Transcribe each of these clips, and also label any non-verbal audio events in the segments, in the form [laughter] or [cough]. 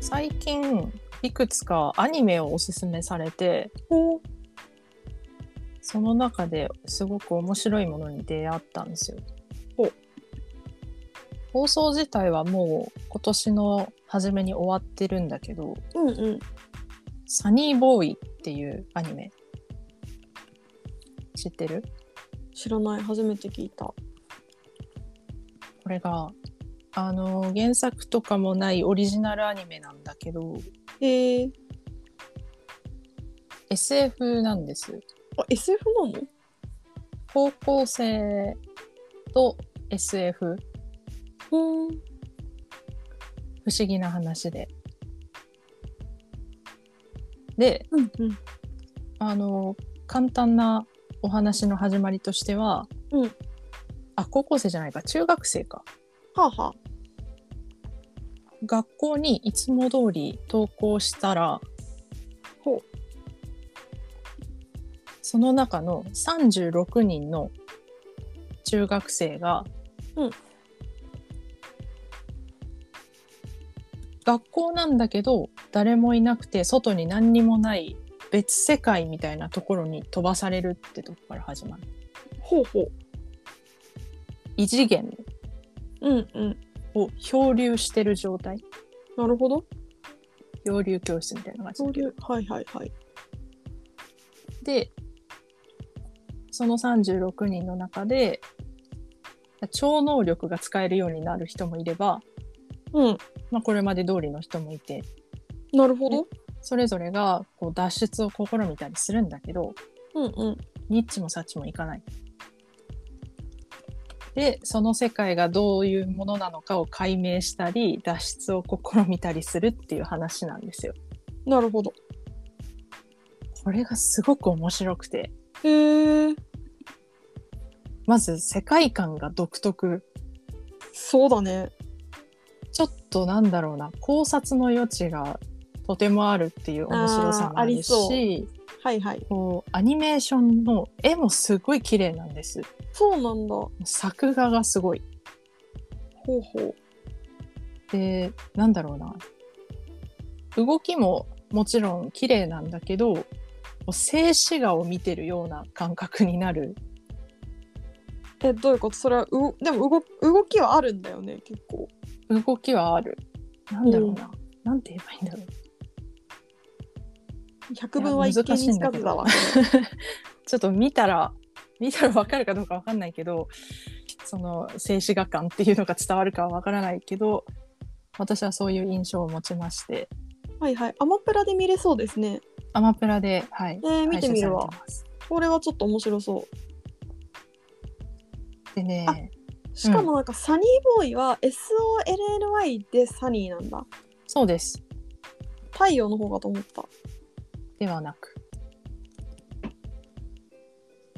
最近いくつかアニメをおすすめされておその中ですごく面白いものに出会ったんですよほう。放送自体はもう今年の初めに終わってるんだけどうんうん「サニーボーイ」っていうアニメ知ってる知らない初めて聞いたこれがあの原作とかもないオリジナルアニメなんだけどへえ SF なんですあ SF なの高校生と SF うん不思議な話で。で、うんうんあの、簡単なお話の始まりとしては、うんあ、高校生じゃないか、中学生か。はあは学校にいつも通り登校したら、ほうその中の36人の中学生が、うん学校なんだけど誰もいなくて外に何にもない別世界みたいなところに飛ばされるってとこから始まるほうほう異次元うんうんを漂流してる状態なるほど漂流教室みたいな感じそういうはいはいはいでその36人の中で超能力が使えるようになる人もいれば、うんまあ、これまで通りの人もいてなるほどそれぞれがこう脱出を試みたりするんだけどうんうんニッチもサッチもいかない。でその世界がどういうものなのかを解明したり脱出を試みたりするっていう話なんですよ。なるほどこれがすごく面白くてへえまず世界観が独特。そうだねちょっとなんだろうな考察の余地がとてもあるっていう面白さもああーあるりそしはいはいこうアニメーションの絵もすごい綺麗なんですそうなんだ作画がすごいほうほでなんだろうな動きももちろん綺麗なんだけどこう静止画を見てるような感覚になるうえどういうことそれはうごでも動動きはあるんだよね結構動きはあるなんだろうな、なんて言えばいいんだろう百分は一見につかずだわ [laughs] ちょっと見たら見たらわかるかどうかわかんないけどその静止画感っていうのが伝わるかはわからないけど私はそういう印象を持ちましてはいはいアマプラで見れそうですねアマプラではい、えー見てみるわ配信されてますこれはちょっと面白そうでねしかもなんか、サニーボーイは SOLLY でサニーなんだ。そうです太陽の方かと思った。ではなく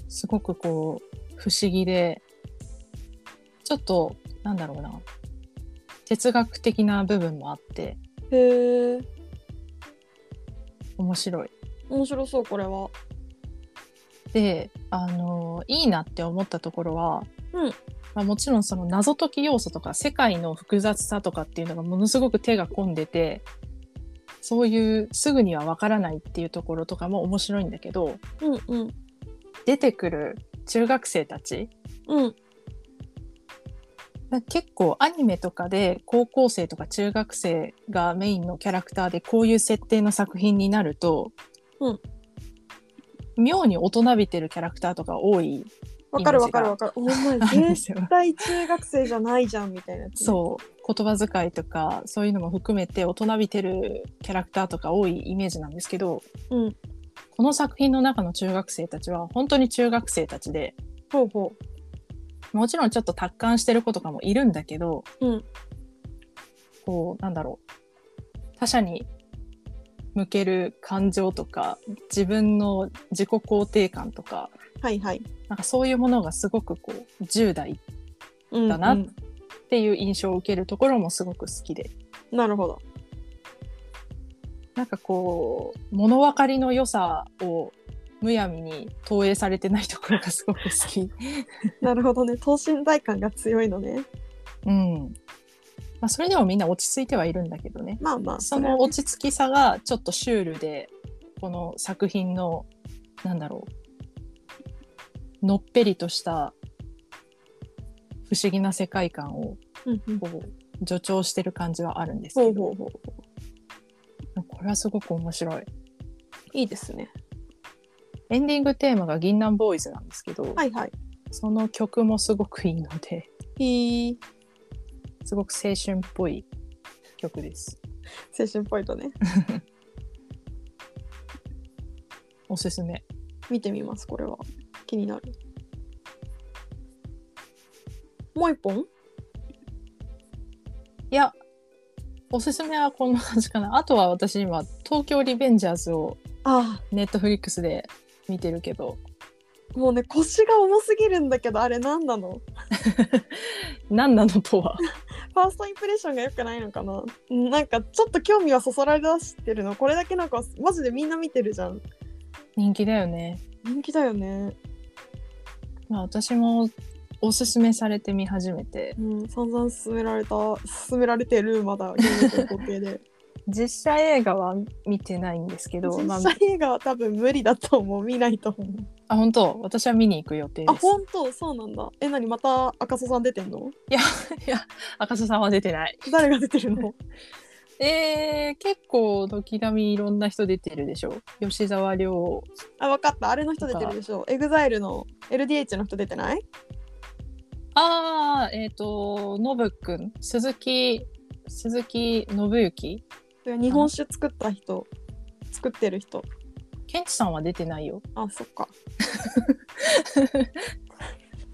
すごくこう不思議でちょっとなんだろうな哲学的な部分もあってへえ、面白い面白そうこれは。であのいいなって思ったところは、うんまあ、もちろんその謎解き要素とか世界の複雑さとかっていうのがものすごく手が込んでてそういうすぐにはわからないっていうところとかも面白いんだけどうんうん出てくる中学生たちうんなんか結構アニメとかで高校生とか中学生がメインのキャラクターでこういう設定の作品になると、うん妙に大人びてるキャラクターとか多いわかるわかるわかる。お前あるんで絶すよ。対中学生じゃないじゃんみたいなやつね。そう言葉遣いとかそういうのも含めて大人びてるキャラクターとか多いイメージなんですけどう。うん。この作品の中の中学生たちは本当に中学生たちでほうほもちろんちょっと達観してる子とかもいるんだけど、うんこうなんだろう他者に向ける感情とか自分の自己肯定感とかう。はいはい。なんかそういうものがすごくこう10代うん、だなうっんていう印象を受けるところもすごく好きでなるほど。なんかこう物分かりの良さをむやみに投影されてないところがすごく好 [laughs] き。なるほどね。等身大感が強いのね。うん、まあ、それでもみんな落ち着いてはいるんだけどねまあまあそれはのね落ち着きさがちょっとシュールでこの作品のなんだろうのっぺりとした不思議な世界観をうんうんこう助長してる感じはあるんですほけうどほうほうこれはすごく面白いいいですねエンディングテーマが「銀杏ボーイズ」なんですけど、はいはいその曲もすごくいいのでいいすごく青春っぽい曲です青春ポイントねおすすめ見てみますこれは気になるもう一本いや、おすすめはこんな感じかな。あとは私今、東京リベンジャーズをあネットフリックスで見てるけど、あもうね腰が重すぎるんだけどあれ何なの何なのとは。ファーストインプレッションが良くないのかななんかちょっと興味はそそられだしてるのこれだけなんかマジでみんな見てるじゃん人気だよね。人気だよねまあ私もおすすめされて見始めて、うん散々勧められた勧められてるまだ現在光景で実写映画は見てないん [laughs] ですけど、まあ実、写映画は多分無理だと思う見ないと思うあ本当私は見に行く予定であす。本当そうなんだえ何また赤楚さん出てんのいや、いや、赤楚さんは出てない。誰が出てるの [laughs] えー、結構時々いろんな人出てるでしょ。吉沢亮、あ分かったあれの人出てるでしょエグザイルの LDH の人出てないああ、えっ、と、ノブくん、鈴木、鈴木信之それ日本酒作った人作ってる人ケンチさんは出てないよ。あそっか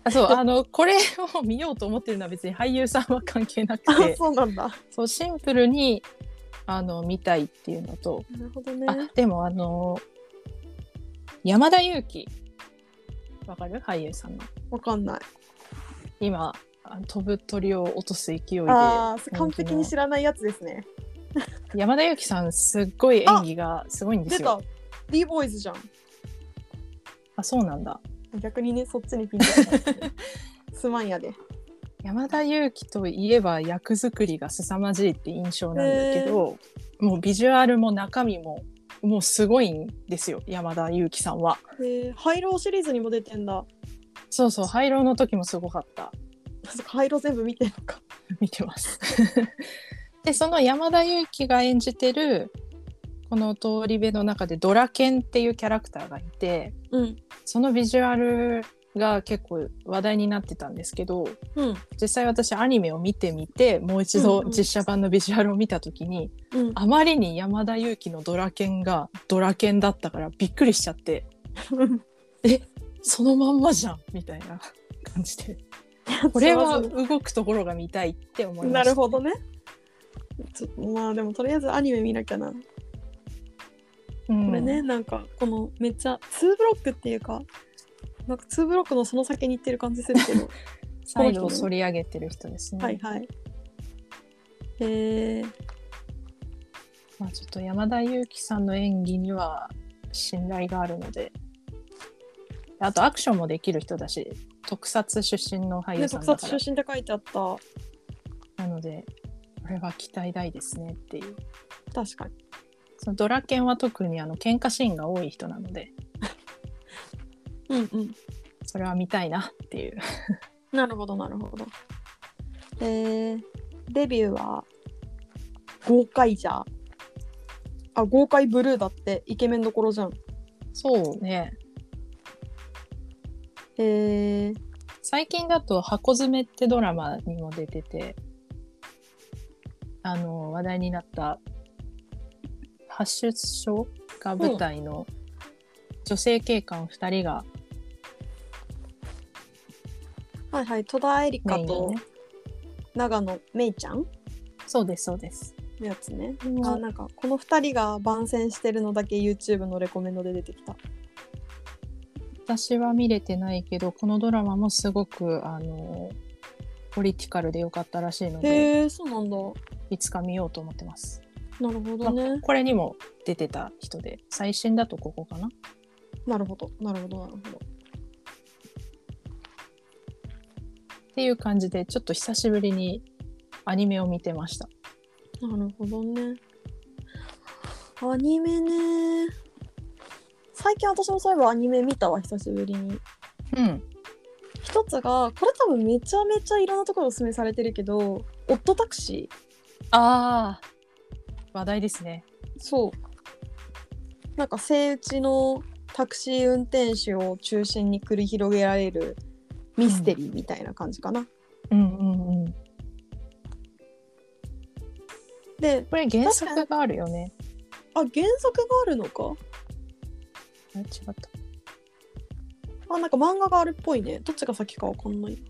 あそう、あ [laughs] の、これを見ようと思ってるのは別に俳優さんは関係なあくて、そうなんだそう、シンプルに、あの、見たいっていうのと、 [laughs] なるほどねあ、でもあの、山田裕貴、わかる俳優さんの。わかんない今、あの飛ぶ鳥を落とす勢いで、あ人気のあ完璧に知らないやつですね山田裕貴さん、すっごい演技がすごいんで出すよ。た b ボーイズじゃんあ、そうなんだ。逆にねそっちにピンときたんですね [laughs] すまんやで山田裕貴といえば役作りが凄まじいって印象なんだけど、もうビジュアルも中身ももうすごいんですよ山田裕貴さんはへえハイローシリーズにも出てんだそうそう廃炉の時もすごかった [laughs] そっかハイロー全部見てるのか見てます [laughs] でその山田裕貴が演じてるこの通り部の中でドラケンっていうキャラクターがいてうんそのビジュアルが結構話題になってたんですけどうん実際私アニメを見てみてもう一度実写版のビジュアルを見た時に、うんあまりに山田裕貴のドラケンがドラケンだったからびっくりしちゃってそのまんまじゃんみたいな [laughs] 感じで [laughs] これは動くところが見たいって思いましたなるほどねちょっとまあでもとりあえずアニメ見なきゃなうんこれね、なんかこのめっちゃ2ブロックっていうかなんか2ブロックのその先に行ってる感じするけどサイドを反り上げてる人ですね、はいはいえー、まあ、ちょっと山田裕貴さんの演技には信頼があるのであとアクションもできる人だし特撮出身の俳優ねさん特だ撮から出身って書いてあったなのでこれは期待大ですねっていう確かにそのドラケンは特にあの喧嘩シーンが多い人なのでうんうんそれは見たいなっていう [laughs] なるほどなるほどえー、デビューは豪快じゃあ豪快ブルーだってイケメンどころじゃんそうねえー、最近だと「箱詰め」ってドラマにも出ててあの話題になった発出所が舞台の女性警官2人がはいはい戸田恵梨メイ香ンのとね長野めいちゃんそうですそうですのやつねうんあなんかこの2人が番宣してるのだけ YouTube のレコメンドで出てきた私は見れてないけどこのドラマもすごくあのポリティカルでよかったらしいのでへえそうなんだいつか見ようと思ってます、なるほどまあねこれにも出てた人で最新だとここかななるほどなるほどなるほどっていう感じでちょっと久しぶりにアニメを見てました。なるほどね。アニメね。最近私もそういえばアニメ見たわ、久しぶりに。うん。一つが、これ多分めちゃめちゃいろんなところでおすすめされてるけど、オットタクシああ。話題ですね。ー。そう。なんかセイウチのタクシー運転手を中心に繰り広げられるミステリーみたいな感じかな。うんうんうん。で、これ原作があるよね。あ、原作があるのかあ違った。あ、なんか漫画があるっぽいね。どっちが先かわかんない。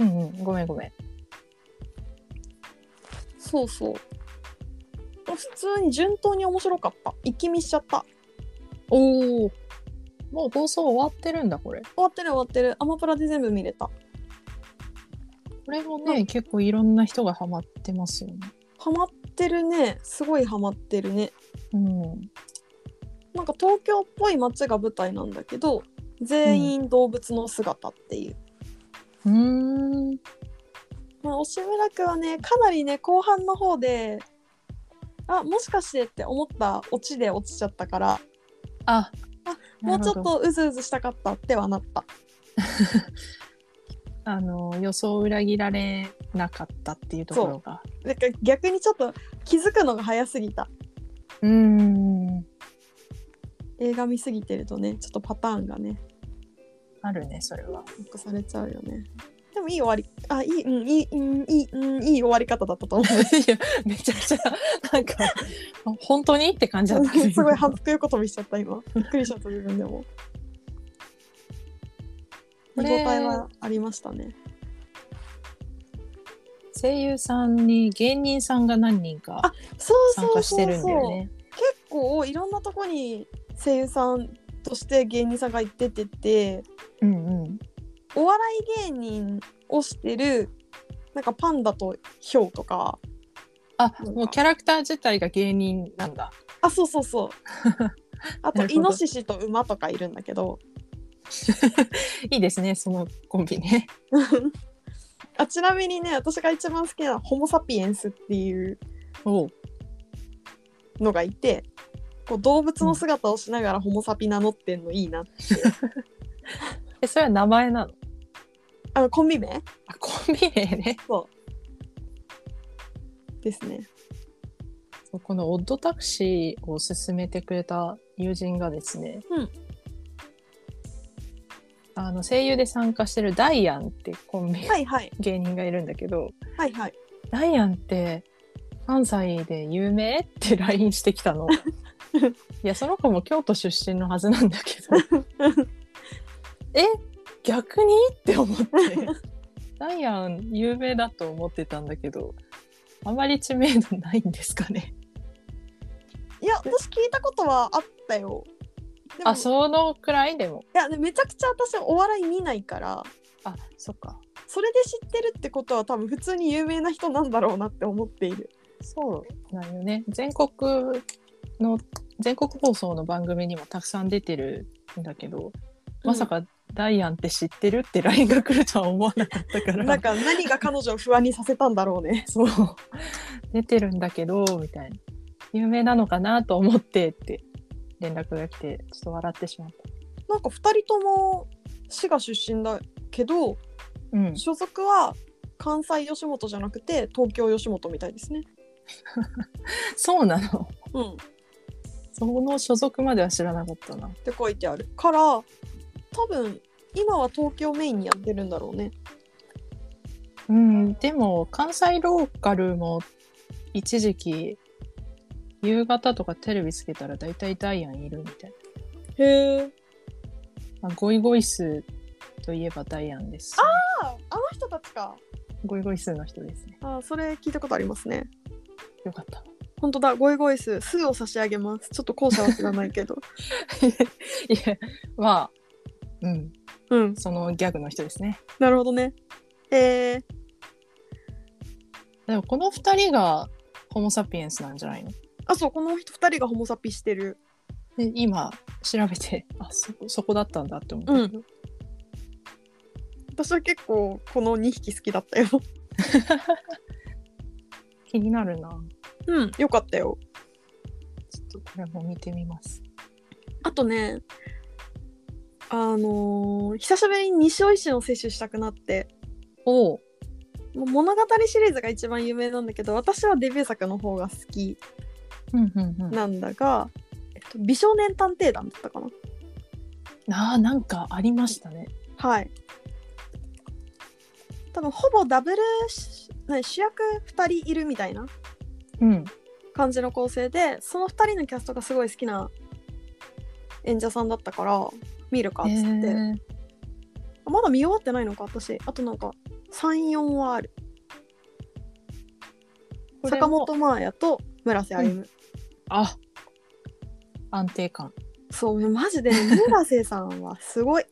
うんうん。ごめんごめん。そうそう。普通に順当に面白かった。一気見しちゃった。おお。もう放送終わってるんだこれ。終わってる終わってる。アマプラで全部見れた。これもね、結構いろんな人がハマってますよね。ハマってるね。すごいハマってるね。うん。なんか東京っぽい街が舞台なんだけど、全員動物の姿っていう。うーん。まあ、押村くんはね、かなりね、後半の方で、あ、もしかしてって思ったオチで落ちちゃったから、あ。もうちょっなるほど。とうずうずしたかったってはなった。あの予想を裏切られなかったっていうところが。なんか逆にちょっと気づくのが早すぎた。うーん。映画見すぎてるとねちょっとパターンがねあるねそれは。ックされちゃうよねでもいい終わりあいいうんいいうんいいうんいい終わり方だったと思 [laughs] ういやめちゃくちゃなんか本当にって感じだったけ [laughs] どすごい反復横跳びしちゃった今びっくりしちゃった自分でもこ見応れえはありましたね声優さんに芸人さんが何人かそう参そ加うしそてうるんだそう、よね。結構いろんなとこに声優さんとして芸人さんが行ってててうんうん。お笑い芸人をしてるなんかパンダとヒョウとかあもうキャラクター自体が芸人なんだ。あそうそ [laughs] うそうあとなるほどイノシシと馬とかいるんだけどいいですねそのコンビね。あちなみにね私が一番好きなホモ・サピエンスっていう [laughs] おうのがいてこう動物の姿をしながらホモ・サピ名乗ってんのいいな、 [laughs] えそれは名前なのあのコンビ名あコンビ名ね。ですねそうこのオッドタクシーを勧めてくれた友人がですね、うんあの声優で参加してるダイアンってコンビ、はいはい芸人がいるんだけどはいはい [laughs] ダイアンって関西で有名って LINE してきた [laughs] のいやその子も京都出身のはずなんだけ [laughs] どえ逆にって思ってダイアン有名だと思ってたんだけどあまり知名度ないんですかねいや私聞いたことはあったよでもあそのくらいでもいやめちゃくちゃ私お笑い見ないからあそっかそれで知ってるってことは多分普通に有名な人なんだろうなって思っているそうなんよね全国の全国放送の番組にもたくさん出てるんだけどまさかダイアンって知ってるって LINE が来るとは思わ [laughs] なかったからなんか何が彼女を不安にさせたんだろ [laughs] うねそう出てるんだけどみたいな有名なのかなと思ってって連絡が来てちょっと笑ってしまった。なんか2人とも滋賀出身だけどうん、所属は関西吉本じゃなくて東京吉本みたいですね。 [laughs] そうなのうん、っ [laughs] その所属までは知らなかったな。て書いてあるから多分今は東京メインにやってるんだろうね。うん、でも関西ローカルも一時期夕方とかテレビつけたら大体ダイアンいるみたいへえ。な、まあ、ゴイゴイスーといえばダイアンですああの人たちか。ゴイゴイスーの人ですねあそれ聞いたことありますね。よかった [laughs] 本当だ、ゴイゴイス、スーを差し上げます。ちょっと後者は知らないけど。いやまあうん [laughs] うん、そのギャグの人ですねなるほどね。えー、でもこの2人がホモ・サピエンスなんじゃないのあ、そう、この人2人がホモサピしてる。で今調べてあそこそこだったんだって思ったけど、私は結構この2匹好きだったよ気になるな。うんよかったよちょっとこれも見てみます。あとねあのー久しぶりに西尾医師の摂取したくなっておお。もう物語シリーズが一番有名なんだけど私はデビュー作の方が好きうんうんうん。なんだが、えっと、美少年探偵団だったかなああ、なんかありましたね。はい多分ほぼダブルし何主役2人いるみたいなうん。感じの構成でその2人のキャストがすごい好きな演者さんだったから見るかっつって、へーあまだ見終わってないのか私あとなんか34はあるこれも坂本真綾と村瀬歩夢、あ安定感。そうマジで [laughs] 村瀬さんはすごい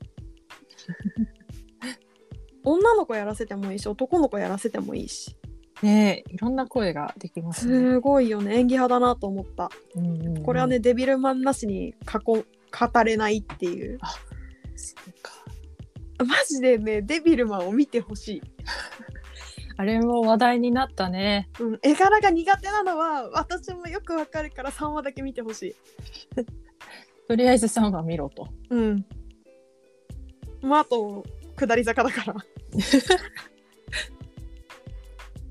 女の子やらせてもいいし男の子やらせてもいいしねえ、いろんな声ができますね。すごいよね演技派だなと思ったうんうんうんこれはね、。デビルマンなしに過去語れないっていうそうかマジでねデビルマンを見てほしい、あれも話題になったね。うん、絵柄が苦手なのは私もよくわかるから3話だけ見てほしいとりあえず3話見ろと。うんまああと下り坂 [laughs] だから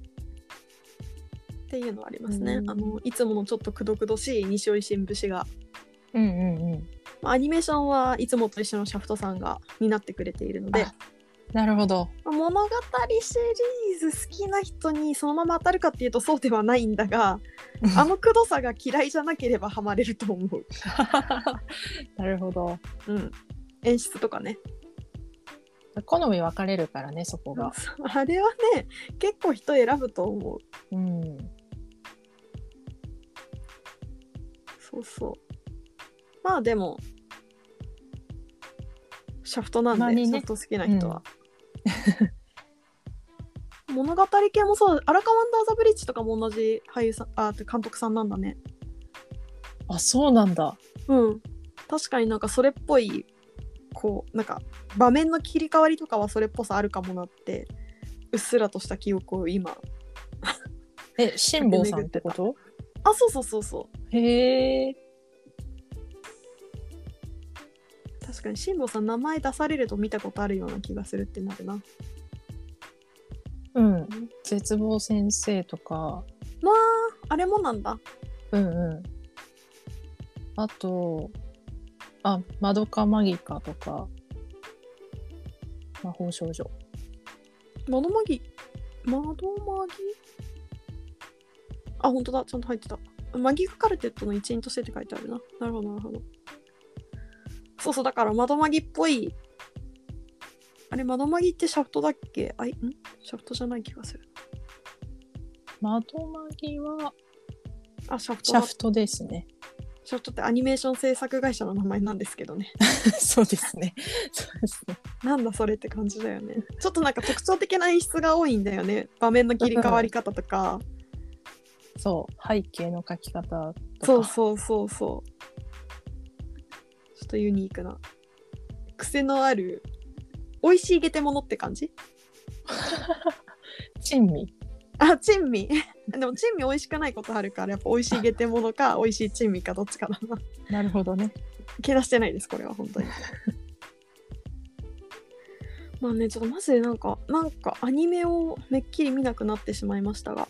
っていうのはありますね、うんあのいつものちょっとくどくどしい西尾維新節が、うんうんうん。まあ、アニメーションはいつもと一緒のシャフトさんが担ってくれているのであなるほど。物語シリーズ好きな人にそのまま当たるかっていうとそうではないんだ [laughs] があのくどさが嫌いじゃなければハマれると思う、なるほど。うん、演出とかね好み分かれるからね、そこが。あれはね結構人選ぶと思ううん。そうそうまあでもシャフトなんたまで、にねシャフト好きな人は、 [laughs] 物語系もそうアラカワンダーザブリッジとかも同じ俳優さんあ監督さんなんだねあ、そうなんだ。うん確かになんかそれっぽいこうなんか場面の切り替わりとかはそれっぽさあるかもなってうっすらとした記憶を今え、辛坊さんってことあそうそうそうそうへえ。確かに辛坊さん名前出されると見たことあるような気がするってなるなうん。絶望先生とか。まああれもなんだうんうん。あと、あ、マドカマギカとか、魔法少女。窓まぎ窓まぎあ本当だちゃんと入ってたマギカカルテットの一員としてって書いてあるななるほどなるほどそうそうだから窓まぎっぽいあれ窓まぎってシャフトだっけあいんシャフトじゃない気がするマドマギはあシャフトシだャフトですね。シャフトってアニメーション制作会社の名前なんですけどね [laughs] そうですね。そうですね。なんだそれって感じだよねちょっとなんか特徴的な演出が多いんだよね場面の切り替わり方とかそう、背景の書き方そとうか。そうそうそう。ちょっとユニークな。癖のある、美味しいゲテモノって感じ珍味。あ、珍 [laughs] 味。でも珍味美味しくないことあるから、やっぱ美味しいゲテモノ [laughs] か、美味しい珍味かどっちかだな。なるほどね。気出してないです、これは本 [laughs] 当に。まあね、ちょっとマジでなんか、なんかアニメをめっきり見なくなってしまいましたが、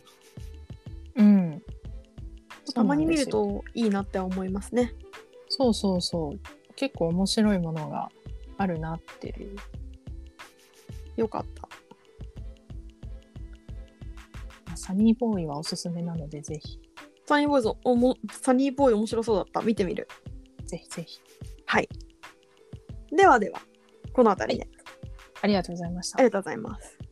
うん。たまに見るといいなって思いますね。そうそうそう。結構面白いものがあるなっていう。よかった。サニーボーイはおすすめなので、ぜひ、サニーボーイズおも、サニーボーイ面白そうだった。見てみる。ぜひぜひ。ではでは、この辺りで、ありがとうございましたあ。りがとうございます。